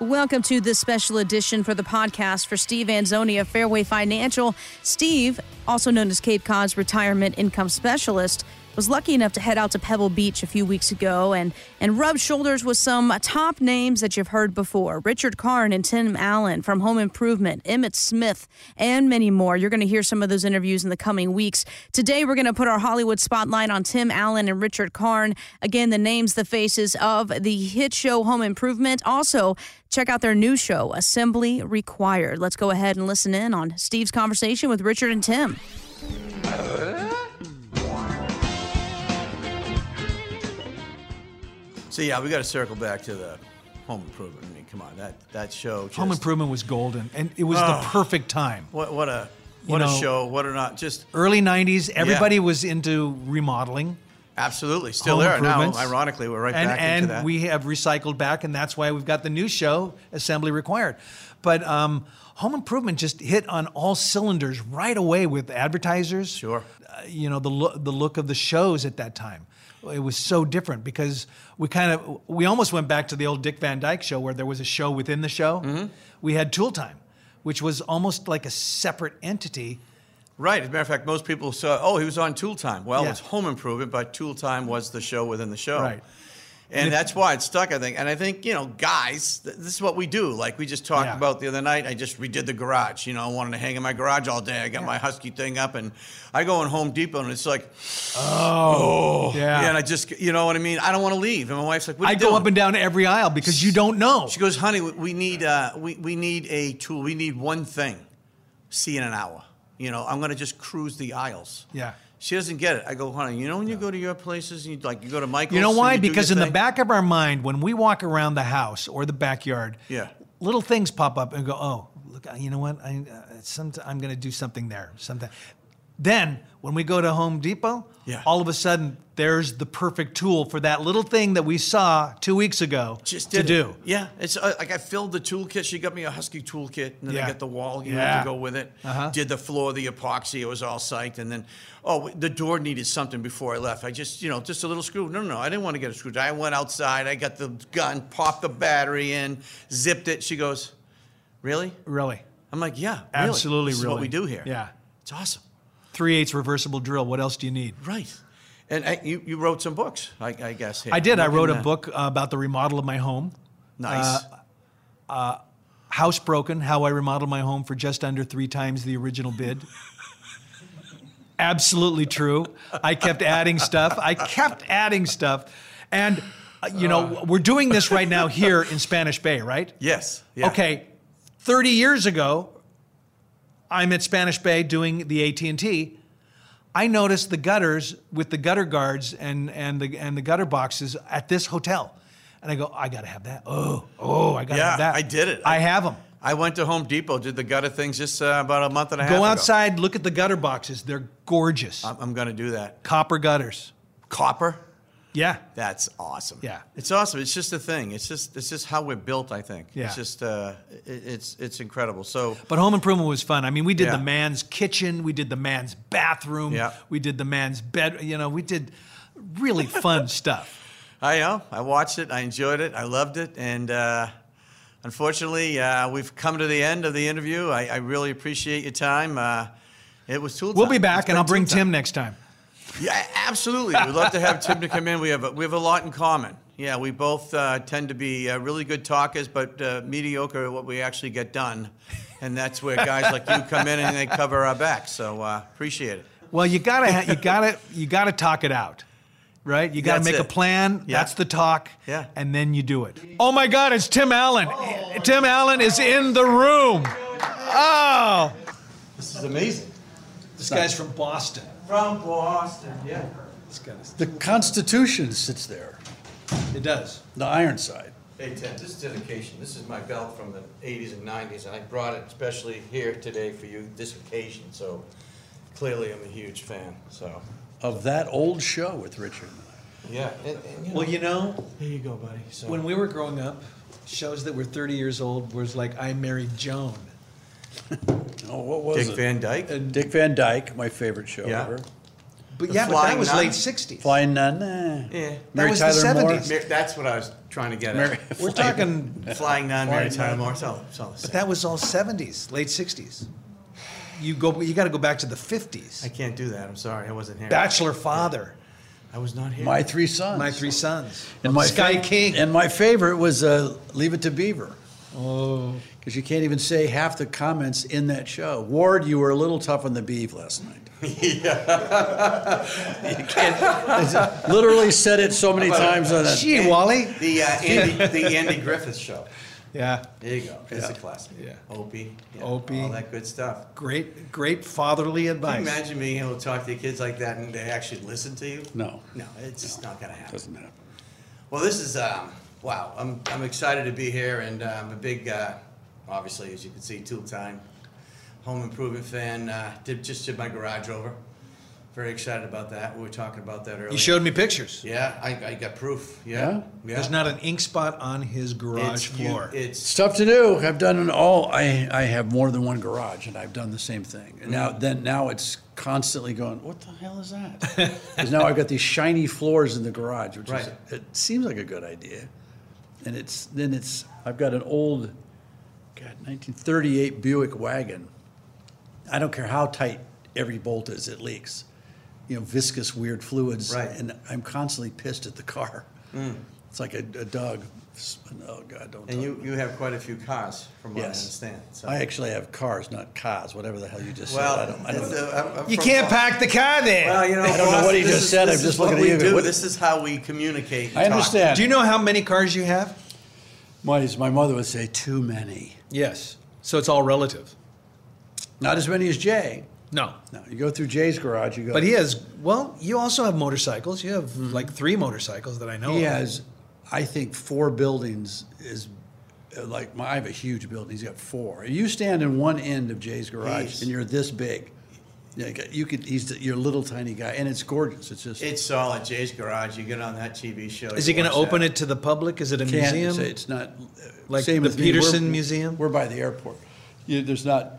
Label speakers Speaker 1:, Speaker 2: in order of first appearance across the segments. Speaker 1: Welcome to this special edition for the podcast for Steve Anzoni of Fairway Financial. Steve, also known as Cape Cod's retirement income specialist, was lucky enough to head out to Pebble Beach a few weeks ago and, and rub shoulders with some top names that you've heard before Richard Karn and Tim Allen from Home Improvement, Emmett Smith, and many more. You're going to hear some of those interviews in the coming weeks. Today, we're going to put our Hollywood spotlight on Tim Allen and Richard Karn. Again, the names, the faces of the hit show Home Improvement. Also, check out their new show, Assembly Required. Let's go ahead and listen in on Steve's conversation with Richard and Tim.
Speaker 2: So yeah, we got to circle back to the Home Improvement. I mean, come on, that that show. Just,
Speaker 3: Home Improvement was golden, and it was
Speaker 2: Oh.
Speaker 3: the perfect time.
Speaker 2: What what a what a
Speaker 3: know-
Speaker 2: show. What a not just
Speaker 3: Early '90s, everybody was into remodeling.
Speaker 2: absolutely still
Speaker 3: home
Speaker 2: there now.
Speaker 3: improvements.
Speaker 2: Ironically, we're right
Speaker 3: and,
Speaker 2: back
Speaker 3: and
Speaker 2: into that.
Speaker 3: we have recycled back, and that's why we've got the new show, Assembly Required. But um, Home Improvement just hit on all cylinders right away with advertisers.
Speaker 2: Sure.
Speaker 3: Uh, you know the lo- the look of the shows at that time. It was so different because we kind of we almost went back to the old Dick Van Dyke show where there was a show within the show.
Speaker 2: Mm-hmm.
Speaker 3: We had Tool Time, which was almost like a separate entity.
Speaker 2: right. As a matter of fact, most people saw. Oh, he was on Tool Time. Well,
Speaker 3: Yeah.
Speaker 2: it's Home Improvement, but Tool Time was the show within the show.
Speaker 3: Right.
Speaker 2: And that's why it stuck, I think. And I think, you know, guys, th- this is what we do. Like we just talked
Speaker 3: Yeah.
Speaker 2: about the other night, I just redid the garage. You know, I wanted to hang in my garage all day. I got my Husky thing up, and I go in Home Depot, and it's like, oh,
Speaker 3: yeah.
Speaker 2: And I just, you know what I mean? I don't want to leave. And my wife's like, what are
Speaker 3: I
Speaker 2: you
Speaker 3: go
Speaker 2: doing?
Speaker 3: up and down every aisle because you don't know.
Speaker 2: She goes, honey, we- we need uh, we, we need a tool. We need one thing. See in an hour. You know, I'm gonna just cruise the aisles.
Speaker 3: Yeah.
Speaker 2: She doesn't get it. I go, honey, you know when you go to your places and you like you go to Michael's.
Speaker 3: You know
Speaker 2: and
Speaker 3: why?
Speaker 2: do your
Speaker 3: Because in the
Speaker 2: thing?
Speaker 3: back of our mind, when we walk around the house or the backyard,
Speaker 2: Yeah.
Speaker 3: little things pop up and go, "Oh, look, you know what? I, uh, some, I'm going to do something there. Something." Then when we go to Home Depot,
Speaker 2: Yeah.
Speaker 3: all of a sudden there's the perfect tool for that little thing that we saw two weeks ago
Speaker 2: just
Speaker 3: to
Speaker 2: did it.
Speaker 3: do.
Speaker 2: Yeah, it's uh, like I filled the toolkit. She got me a Husky toolkit, and then I
Speaker 3: Yeah.
Speaker 2: got the wall. You know,
Speaker 3: Yeah.
Speaker 2: to go with it.
Speaker 3: Uh-huh.
Speaker 2: Did the floor, the epoxy. It was all psyched, and then oh, the door needed something before I left. I just you know just a little screw. No, no, no. I didn't want to get a screwdriver. I went outside. I got the gun, popped the battery in, zipped it. She goes, really?
Speaker 3: Really,
Speaker 2: I'm like, yeah, really.
Speaker 3: absolutely,
Speaker 2: This is
Speaker 3: really.
Speaker 2: what we do here.
Speaker 3: Yeah,
Speaker 2: it's awesome.
Speaker 3: three eighths reversible drill. What else do you need?
Speaker 2: Right. And I, you, you wrote some books, I, I guess. Here.
Speaker 3: I did. I
Speaker 2: Look
Speaker 3: wrote
Speaker 2: in
Speaker 3: a
Speaker 2: the-
Speaker 3: book uh, about the remodel of my home.
Speaker 2: Nice.
Speaker 3: Housebroken, how I remodeled my home for just under three times the original bid. Absolutely true. I kept adding stuff. I kept adding stuff. And, uh, you know, we're doing this right now here in Spanish Bay, right?
Speaker 2: yes. Yeah.
Speaker 3: Okay. 30 years ago, I'm at Spanish Bay doing the AT&T. I noticed the gutters with the gutter guards and and the and the gutter boxes at this hotel. And I go, I got to have that. Oh, oh, I got to
Speaker 2: Yeah,
Speaker 3: have that.
Speaker 2: I did it.
Speaker 3: I have them.
Speaker 2: I went to Home Depot, did the gutter things just uh, about a month and a half
Speaker 3: Go
Speaker 2: ago. Um,
Speaker 3: outside, look at the gutter boxes. They're gorgeous.
Speaker 2: I'm, I'm going to do that.
Speaker 3: Copper gutters.
Speaker 2: Copper.
Speaker 3: Yeah.
Speaker 2: That's awesome.
Speaker 3: Yeah.
Speaker 2: it's awesome. It's just a thing. It's just it's just how we're built. I think.
Speaker 3: Yeah.
Speaker 2: It's just uh, it, it's it's incredible. So
Speaker 3: But home improvement was fun. I mean, we did
Speaker 2: Yeah.
Speaker 3: the man's kitchen, we did the man's bathroom,
Speaker 2: Yeah.
Speaker 3: we did the man's bed, you know, we did really fun stuff.
Speaker 2: I know. I watched it. I enjoyed it. I loved it. And uh, unfortunately, uh, we've come to the end of the interview. I, I really appreciate your time. Uh, it was tool.
Speaker 3: We'll
Speaker 2: time.
Speaker 3: be
Speaker 2: It's
Speaker 3: back
Speaker 2: been
Speaker 3: and I'll
Speaker 2: tool
Speaker 3: bring
Speaker 2: time.
Speaker 3: Tim next time.
Speaker 2: Yeah, absolutely. We'd love to have Tim to come in. We have a, we have a lot in common. Yeah, we both uh, tend to be uh, really good talkers, but uh, mediocre at what we actually get done. And that's where guys like you come in and they cover our backs. So uh, appreciate it.
Speaker 3: Well, you gotta, ha- you gotta, you gotta talk it out, right? You gotta
Speaker 2: That's
Speaker 3: make a
Speaker 2: it.
Speaker 3: plan.
Speaker 2: Yeah.
Speaker 3: That's the talk.
Speaker 2: Yeah.
Speaker 3: And then you do it. Oh my God! It's Tim Allen. Tim Allen is in the room. Oh,
Speaker 2: This is amazing.
Speaker 3: this guy's from Boston.
Speaker 2: From Boston, yeah.
Speaker 3: This guy's.
Speaker 4: The Constitution sits there,
Speaker 3: It does.
Speaker 4: the Ironside.
Speaker 2: Hey, Tim, this is dedication. This is my belt from the 80s and 90s, and I brought it especially here today for you, this occasion. So clearly I'm a huge fan. So,
Speaker 4: Of that old show with Richard.
Speaker 2: yeah. And, and, you know,
Speaker 3: Well, you know,
Speaker 2: here you go, buddy. So.
Speaker 3: when we were growing up, shows that were 30 years old was like I Married Joan.
Speaker 4: Oh, what was
Speaker 2: Dick
Speaker 4: it?
Speaker 2: Van Dyke.
Speaker 4: Uh, Dick Van Dyke, my favorite show
Speaker 2: Yeah.
Speaker 4: ever.
Speaker 3: But
Speaker 2: The
Speaker 3: yeah, but that
Speaker 2: Flying
Speaker 3: was
Speaker 2: Nun?
Speaker 3: late 60s.
Speaker 4: Flying Nun. eh.
Speaker 2: Yeah. That
Speaker 4: Mary
Speaker 3: was the
Speaker 4: Tyler Moore.
Speaker 3: 70s.
Speaker 2: Mar- That's what I was trying to get
Speaker 4: Mary-
Speaker 2: at.
Speaker 3: We're talking,
Speaker 2: Flying non-Mary Tyler Moore, so, so. the same.
Speaker 3: that was all 70s, late 60s. You go, you got to go back to the 50s.
Speaker 2: I can't do that, I'm sorry, I wasn't here.
Speaker 3: Bachelor father,
Speaker 2: I was not here.
Speaker 4: My Three Sons.
Speaker 3: my three sons,
Speaker 4: And my
Speaker 3: Sky
Speaker 4: fav-
Speaker 3: King.
Speaker 4: And my favorite was uh, Leave It to Beaver. Oh. Because you can't even say half the comments in that show. Ward, you were a little tough on the beef last night. You can't- Literally said it so many times on that.
Speaker 3: Gee, Wally.
Speaker 2: The uh, Andy, the Andy Griffith Show.
Speaker 3: Yeah,
Speaker 2: There you go. It's a
Speaker 4: Yeah.
Speaker 2: classic.
Speaker 3: Yeah.
Speaker 2: Opie. yeah,
Speaker 3: Opie.
Speaker 2: All that good stuff.
Speaker 3: great, great fatherly
Speaker 2: Can you
Speaker 3: advice.
Speaker 2: imagine being able to talk to kids like that and they actually listen to you?
Speaker 4: No.
Speaker 2: No, it's just not going to happen.
Speaker 4: Doesn't happen.
Speaker 2: Well, this is, um, wow, I'm, I'm excited to be here and uh, I'm a big, uh, obviously, as you can see, two time home improvement fan. Uh, did, just did my garage over. Very excited about that. We were talking about that earlier.
Speaker 3: You showed me pictures.
Speaker 2: Yeah, I, I got proof.
Speaker 4: Yeah?
Speaker 2: Yeah. yeah.
Speaker 3: There's not an ink spot on his garage
Speaker 2: you-
Speaker 3: floor.
Speaker 2: it's
Speaker 4: Stuff to do. I've done it all. I, I have more than one garage, and I've done the same thing. And
Speaker 2: Mm.
Speaker 4: now then now it's constantly going. What the hell is that? Because now I've got these shiny floors in the garage, which
Speaker 2: Right.
Speaker 4: is, it seems like a good idea. And it's then it's I've got an old, God, 1938 Buick wagon. I don't care how tight every bolt is, it leaks. You know, viscous, weird fluids.
Speaker 2: Right. Mm.
Speaker 4: And I'm constantly pissed at the car. It's like a, a dog. Oh God, don't.
Speaker 2: And
Speaker 4: talk
Speaker 2: you, you have quite a few cars, from what I
Speaker 4: Yes.
Speaker 2: understand. so-
Speaker 4: I actually have cars, not cars, whatever the hell you just
Speaker 2: Well,
Speaker 4: said. I don't, I don't
Speaker 2: that's,
Speaker 4: know.
Speaker 2: uh, I'm- I'm
Speaker 3: you
Speaker 2: from-
Speaker 3: can't pack the car there.
Speaker 2: Well, you know,
Speaker 4: I don't know
Speaker 2: boss,
Speaker 4: what he
Speaker 2: this
Speaker 4: just
Speaker 2: is-
Speaker 4: said.
Speaker 2: this
Speaker 4: I'm
Speaker 2: is
Speaker 4: just
Speaker 2: what
Speaker 4: looking at
Speaker 2: we
Speaker 4: you.
Speaker 2: do.
Speaker 4: What-
Speaker 2: This is how we communicate. and
Speaker 4: I
Speaker 2: talk.
Speaker 4: understand.
Speaker 3: Do you know how many cars you have?
Speaker 4: My, as my mother would say, too many.
Speaker 3: Yes. So it's all relative.
Speaker 4: Not as many as Jay.
Speaker 3: No.
Speaker 4: No, you go through Jay's garage, you go.
Speaker 3: But he has, well, you also have motorcycles. You have like three motorcycles that I know
Speaker 4: He
Speaker 3: of.
Speaker 4: has, I think, four buildings is uh, like my, I have a huge building. He's got four. You stand in one end of Jay's garage
Speaker 2: Jeez.
Speaker 4: and you're this big. Yeah, you got- you could. He's the- you're a little tiny guy, and it's gorgeous. It's just
Speaker 2: It's solid. Jay's Garage. You get on that TV show.
Speaker 3: Is he going to open it to the public? Is it a
Speaker 4: can't-
Speaker 3: museum?
Speaker 4: It's, it's not uh,
Speaker 3: Like
Speaker 4: same
Speaker 3: the
Speaker 4: with me. We're-
Speaker 3: Peterson Museum?
Speaker 4: We're by the airport. You, there's not uh,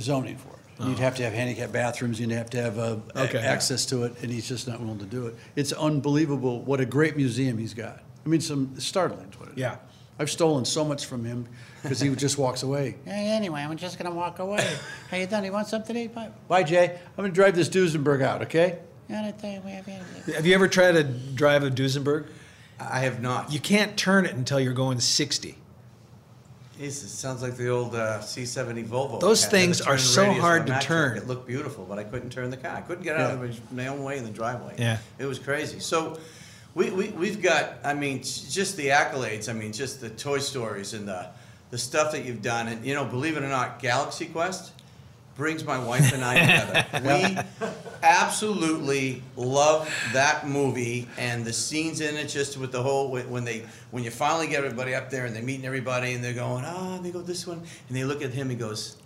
Speaker 4: zoning for it. You'd have to have handicapped bathrooms. You'd have to have uh, a-
Speaker 3: Okay.
Speaker 4: access to it, and he's just not willing to do it. It's unbelievable what a great museum he's got. I mean, some startling. is What it is.
Speaker 3: Yeah.
Speaker 4: I've stolen so much from him because he just walks away.
Speaker 5: Hey, anyway, I'm just gonna walk away. How you done? You want something to eat? Bye.
Speaker 4: Bye, Jay. I'm gonna drive this Duesenberg out. Okay.
Speaker 5: Yeah, I tell you, we have anything.
Speaker 3: have you ever tried to drive a Duesenberg?
Speaker 2: I have not.
Speaker 3: You can't turn it until you're going 60.
Speaker 2: Jeez, it sounds like the old uh, C70 Volvo.
Speaker 3: Those
Speaker 2: I had to
Speaker 3: things are
Speaker 2: turn the
Speaker 3: so
Speaker 2: radius
Speaker 3: hard
Speaker 2: on
Speaker 3: to
Speaker 2: that truck.
Speaker 3: turn.
Speaker 2: It looked beautiful, but I couldn't turn the car. I couldn't get out of my own way in the driveway.
Speaker 3: Yeah.
Speaker 2: It was crazy. So we, we, we've got, I mean, s- just the accolades. I mean, just the Toy Stories and the, the stuff that you've done. And, you know, believe it or not, Galaxy Quest brings my wife and I together. We absolutely love that movie and the scenes in it just with the whole when when they when you finally get everybody up there and they're meeting everybody and they're going ah and they go this one and they look at him and goes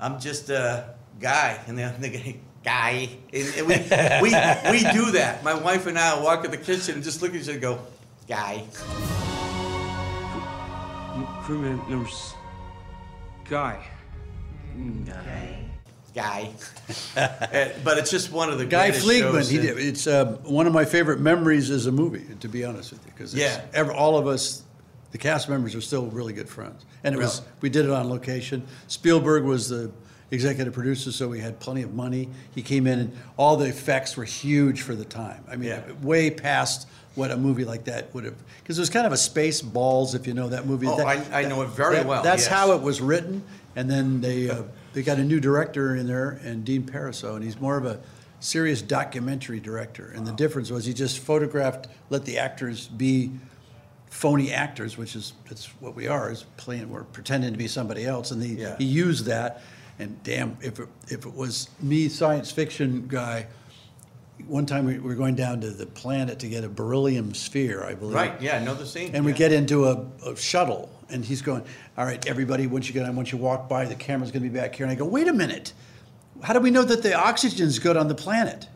Speaker 2: I'm just a guy. And they're thinking, guy. And, and we, we, we do that. My wife and I walk in the kitchen and just look at each other and go, guy.
Speaker 6: crewman number s- guy.
Speaker 2: Guy. Uh, but it's just one of the
Speaker 4: Guy
Speaker 2: greatest
Speaker 4: Fleegman.
Speaker 2: shows
Speaker 4: He
Speaker 2: in-
Speaker 4: did. It's um, one of my favorite memories as a movie, to be honest with you, because
Speaker 2: Yeah.
Speaker 4: ever, all of us, the cast members, are still really good friends. And it was
Speaker 2: Really?
Speaker 4: we did it on location. Spielberg was the executive producer, so we had plenty of money. He came in, and all the effects were huge for the time. I mean,
Speaker 2: Yeah.
Speaker 4: way past what a movie like that would have, because it was kind of a space balls, if you know that movie.
Speaker 2: Oh,
Speaker 4: That-
Speaker 2: I- I know it very
Speaker 4: that-
Speaker 2: well,
Speaker 4: That's
Speaker 2: yes.
Speaker 4: how it was written, and then they uh, they got a new director in there, and Dean Pariseau, and he's more of a serious documentary director. And the difference was he just photographed, let the actors be phony actors, which is that's what we are is playing, we're pretending to be somebody else, and he
Speaker 2: Yeah.
Speaker 4: he used that. And damn, if it, if it was me, science fiction guy. One time we were going down to the planet to get a beryllium sphere, I believe.
Speaker 2: Right, yeah, know the scene.
Speaker 4: And we
Speaker 2: yeah.
Speaker 4: get into a, a shuttle, and he's going, "All right, everybody, once you get on, once you walk by, the camera's going to be back here." And I go, "Wait a minute, how do we know that the oxygen's good on the planet?"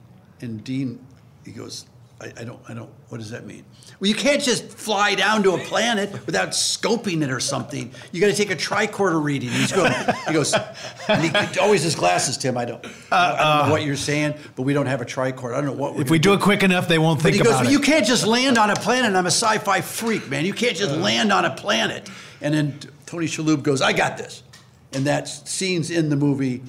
Speaker 4: And Dean, he goes, I, I don't, I don't, what does that mean? Well, you can't just fly down to a planet without scoping it or something. You got to take a tricorder reading. He's going, he goes, and he always his glasses, Tim. I don't, I don't know what you're saying, but we don't have a tricorder. I don't know what we're
Speaker 3: If we do it quick enough, they won't
Speaker 4: but
Speaker 3: think
Speaker 4: he goes,
Speaker 3: about
Speaker 4: well,
Speaker 3: it.
Speaker 4: you can't just land on a planet. I'm a sci-fi freak, man. You can't just land on a planet. And then Tony Shalhoub goes, I got this. And that scene's in the movie.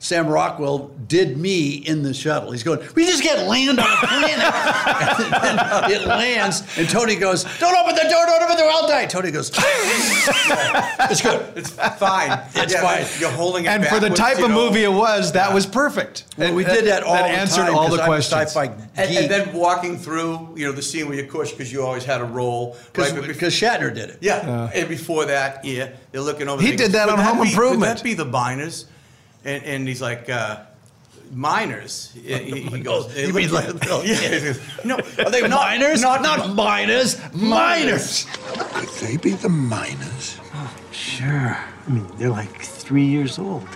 Speaker 4: Sam Rockwell did me in the shuttle. He's going, we just can't land on a planet. and then it lands, and Tony goes, don't open the door, don't open the door, I'll die. Tony goes, it's good.
Speaker 2: It's fine.
Speaker 4: It's
Speaker 2: Yeah,
Speaker 4: fine.
Speaker 2: You're holding it
Speaker 3: and for the
Speaker 2: backwards,
Speaker 3: type
Speaker 2: you
Speaker 3: of
Speaker 2: know.
Speaker 3: movie it was, that was perfect.
Speaker 4: Well,
Speaker 3: And
Speaker 4: we did that all
Speaker 3: That
Speaker 4: the
Speaker 3: answered
Speaker 4: time,
Speaker 3: all
Speaker 4: 'cause
Speaker 3: the
Speaker 4: I'm a
Speaker 3: questions.
Speaker 4: Sci-fi
Speaker 2: And,
Speaker 4: geek.
Speaker 2: and then walking through, you know, the scene where you push because you always had a role.
Speaker 4: because
Speaker 2: right? But bef-
Speaker 4: Shatner did it.
Speaker 2: yeah, and before that, yeah, they're looking over.
Speaker 3: He
Speaker 2: the-
Speaker 3: did that
Speaker 2: Could
Speaker 3: on Home
Speaker 2: be-
Speaker 3: Improvement.
Speaker 2: Could that be the miners? And, and he's like, uh, miners. He, he- he goes.
Speaker 4: You mean like-
Speaker 2: yeah. he goes, No,
Speaker 4: Are they miners?
Speaker 2: Not, not
Speaker 4: not miners, miners.
Speaker 7: Could they be the miners?
Speaker 8: Oh, Sure. I mean, they're like three years old.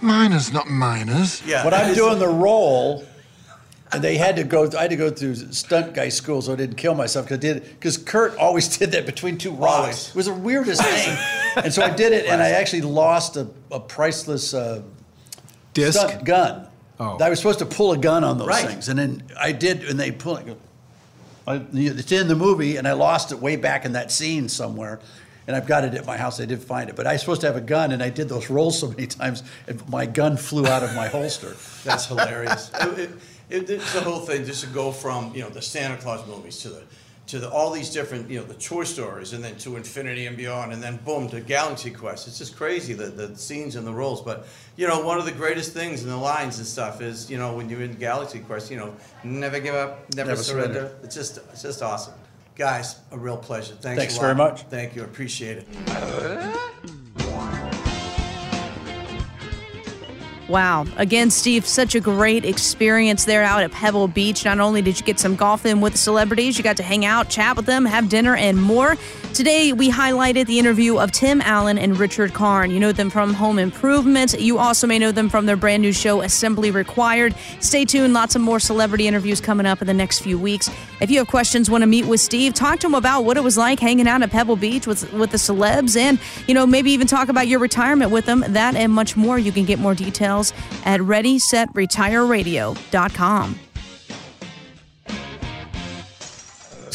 Speaker 7: Miners, not miners.
Speaker 2: Yeah.
Speaker 4: When I'm
Speaker 2: It's-
Speaker 4: doing the role, and they had to go, I had to go through stunt guy school so I didn't kill myself because I did because Kurt always did that between two rocks.
Speaker 2: Always.
Speaker 4: It was the weirdest thing, and so I did it, and I actually lost a, a priceless uh,
Speaker 3: Disc?
Speaker 4: stunt gun.
Speaker 3: Oh.
Speaker 4: I was supposed to pull a gun on those
Speaker 2: Right.
Speaker 4: things, and then I did, and they pull it. I, it's in the movie, and I lost it way back in that scene somewhere. And I've got it at my house. I did find it, but I was supposed to have a gun, and I did those rolls so many times, and my gun flew out of my holster.
Speaker 2: That's hilarious. It- it- it- it's the whole thing, just to go from, you know, the Santa Claus movies to the, to the, all these different, you know, the Toy Stories and then to Infinity and beyond and then boom, to Galaxy Quest. It's just crazy, the, the scenes and the roles. But, you know, one of the greatest things in the lines and stuff is, you know, when you're in Galaxy Quest, you know, never give up, never,
Speaker 4: Never
Speaker 2: surrender.
Speaker 4: surrender.
Speaker 2: It's just, it's just awesome. Guys, a real pleasure. Thanks,
Speaker 4: Thanks
Speaker 2: a lot.
Speaker 4: very much.
Speaker 2: Thank you. Appreciate it.
Speaker 1: Wow. Again, Steve, such a great experience there out at Pebble Beach. Not only did you get some golf in with the celebrities, you got to hang out, chat with them, have dinner, and more. Today, we highlighted the interview of Tim Allen and Richard Karn. You know them from Home Improvement. You also may know them from their brand new show, Assembly Required. Stay tuned. Lots of more celebrity interviews coming up in the next few weeks. If you have questions, want to meet with Steve, talk to him about what it was like hanging out at Pebble Beach with, with the celebs, and, you know, maybe even talk about your retirement with them. That and much more. You can get more details at ReadySetRetireRadio.com.